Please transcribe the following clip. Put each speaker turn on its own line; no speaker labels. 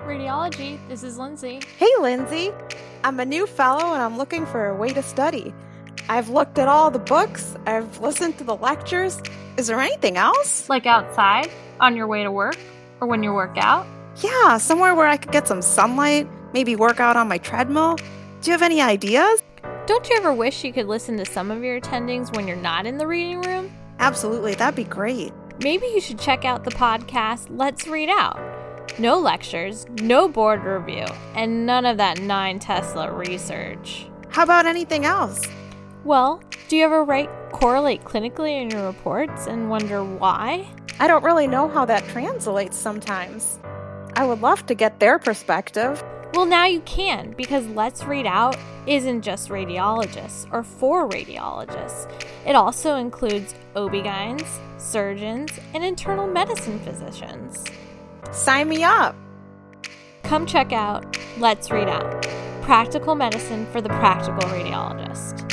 Radiology. This is Lindsay.
Hey, Lindsay. I'm a new fellow and I'm looking for a way to study. I've looked at all the books, I've listened to the lectures. Is there anything else?
Like outside, on your way to work, or when you work out.
Yeah, somewhere where I could get some sunlight, maybe work out on my treadmill. Do you have any ideas?
Don't you ever wish you could listen to some of your attendings when you're not in the reading room?
Absolutely, that'd be great.
Maybe you should check out the podcast Let's Read Out. No lectures, no board review, and none of that 9 Tesla research.
How about anything else?
Well, do you ever write correlate clinically in your reports and wonder why?
I don't really know how that translates sometimes. I would love to get their perspective.
Well, now you can because Let's Read Out isn't just radiologists or for radiologists. It also includes OB-GYNs, surgeons, and internal medicine physicians.
Sign me up.
Come check out Let's Read Out Practical Medicine for the Practical Radiologist.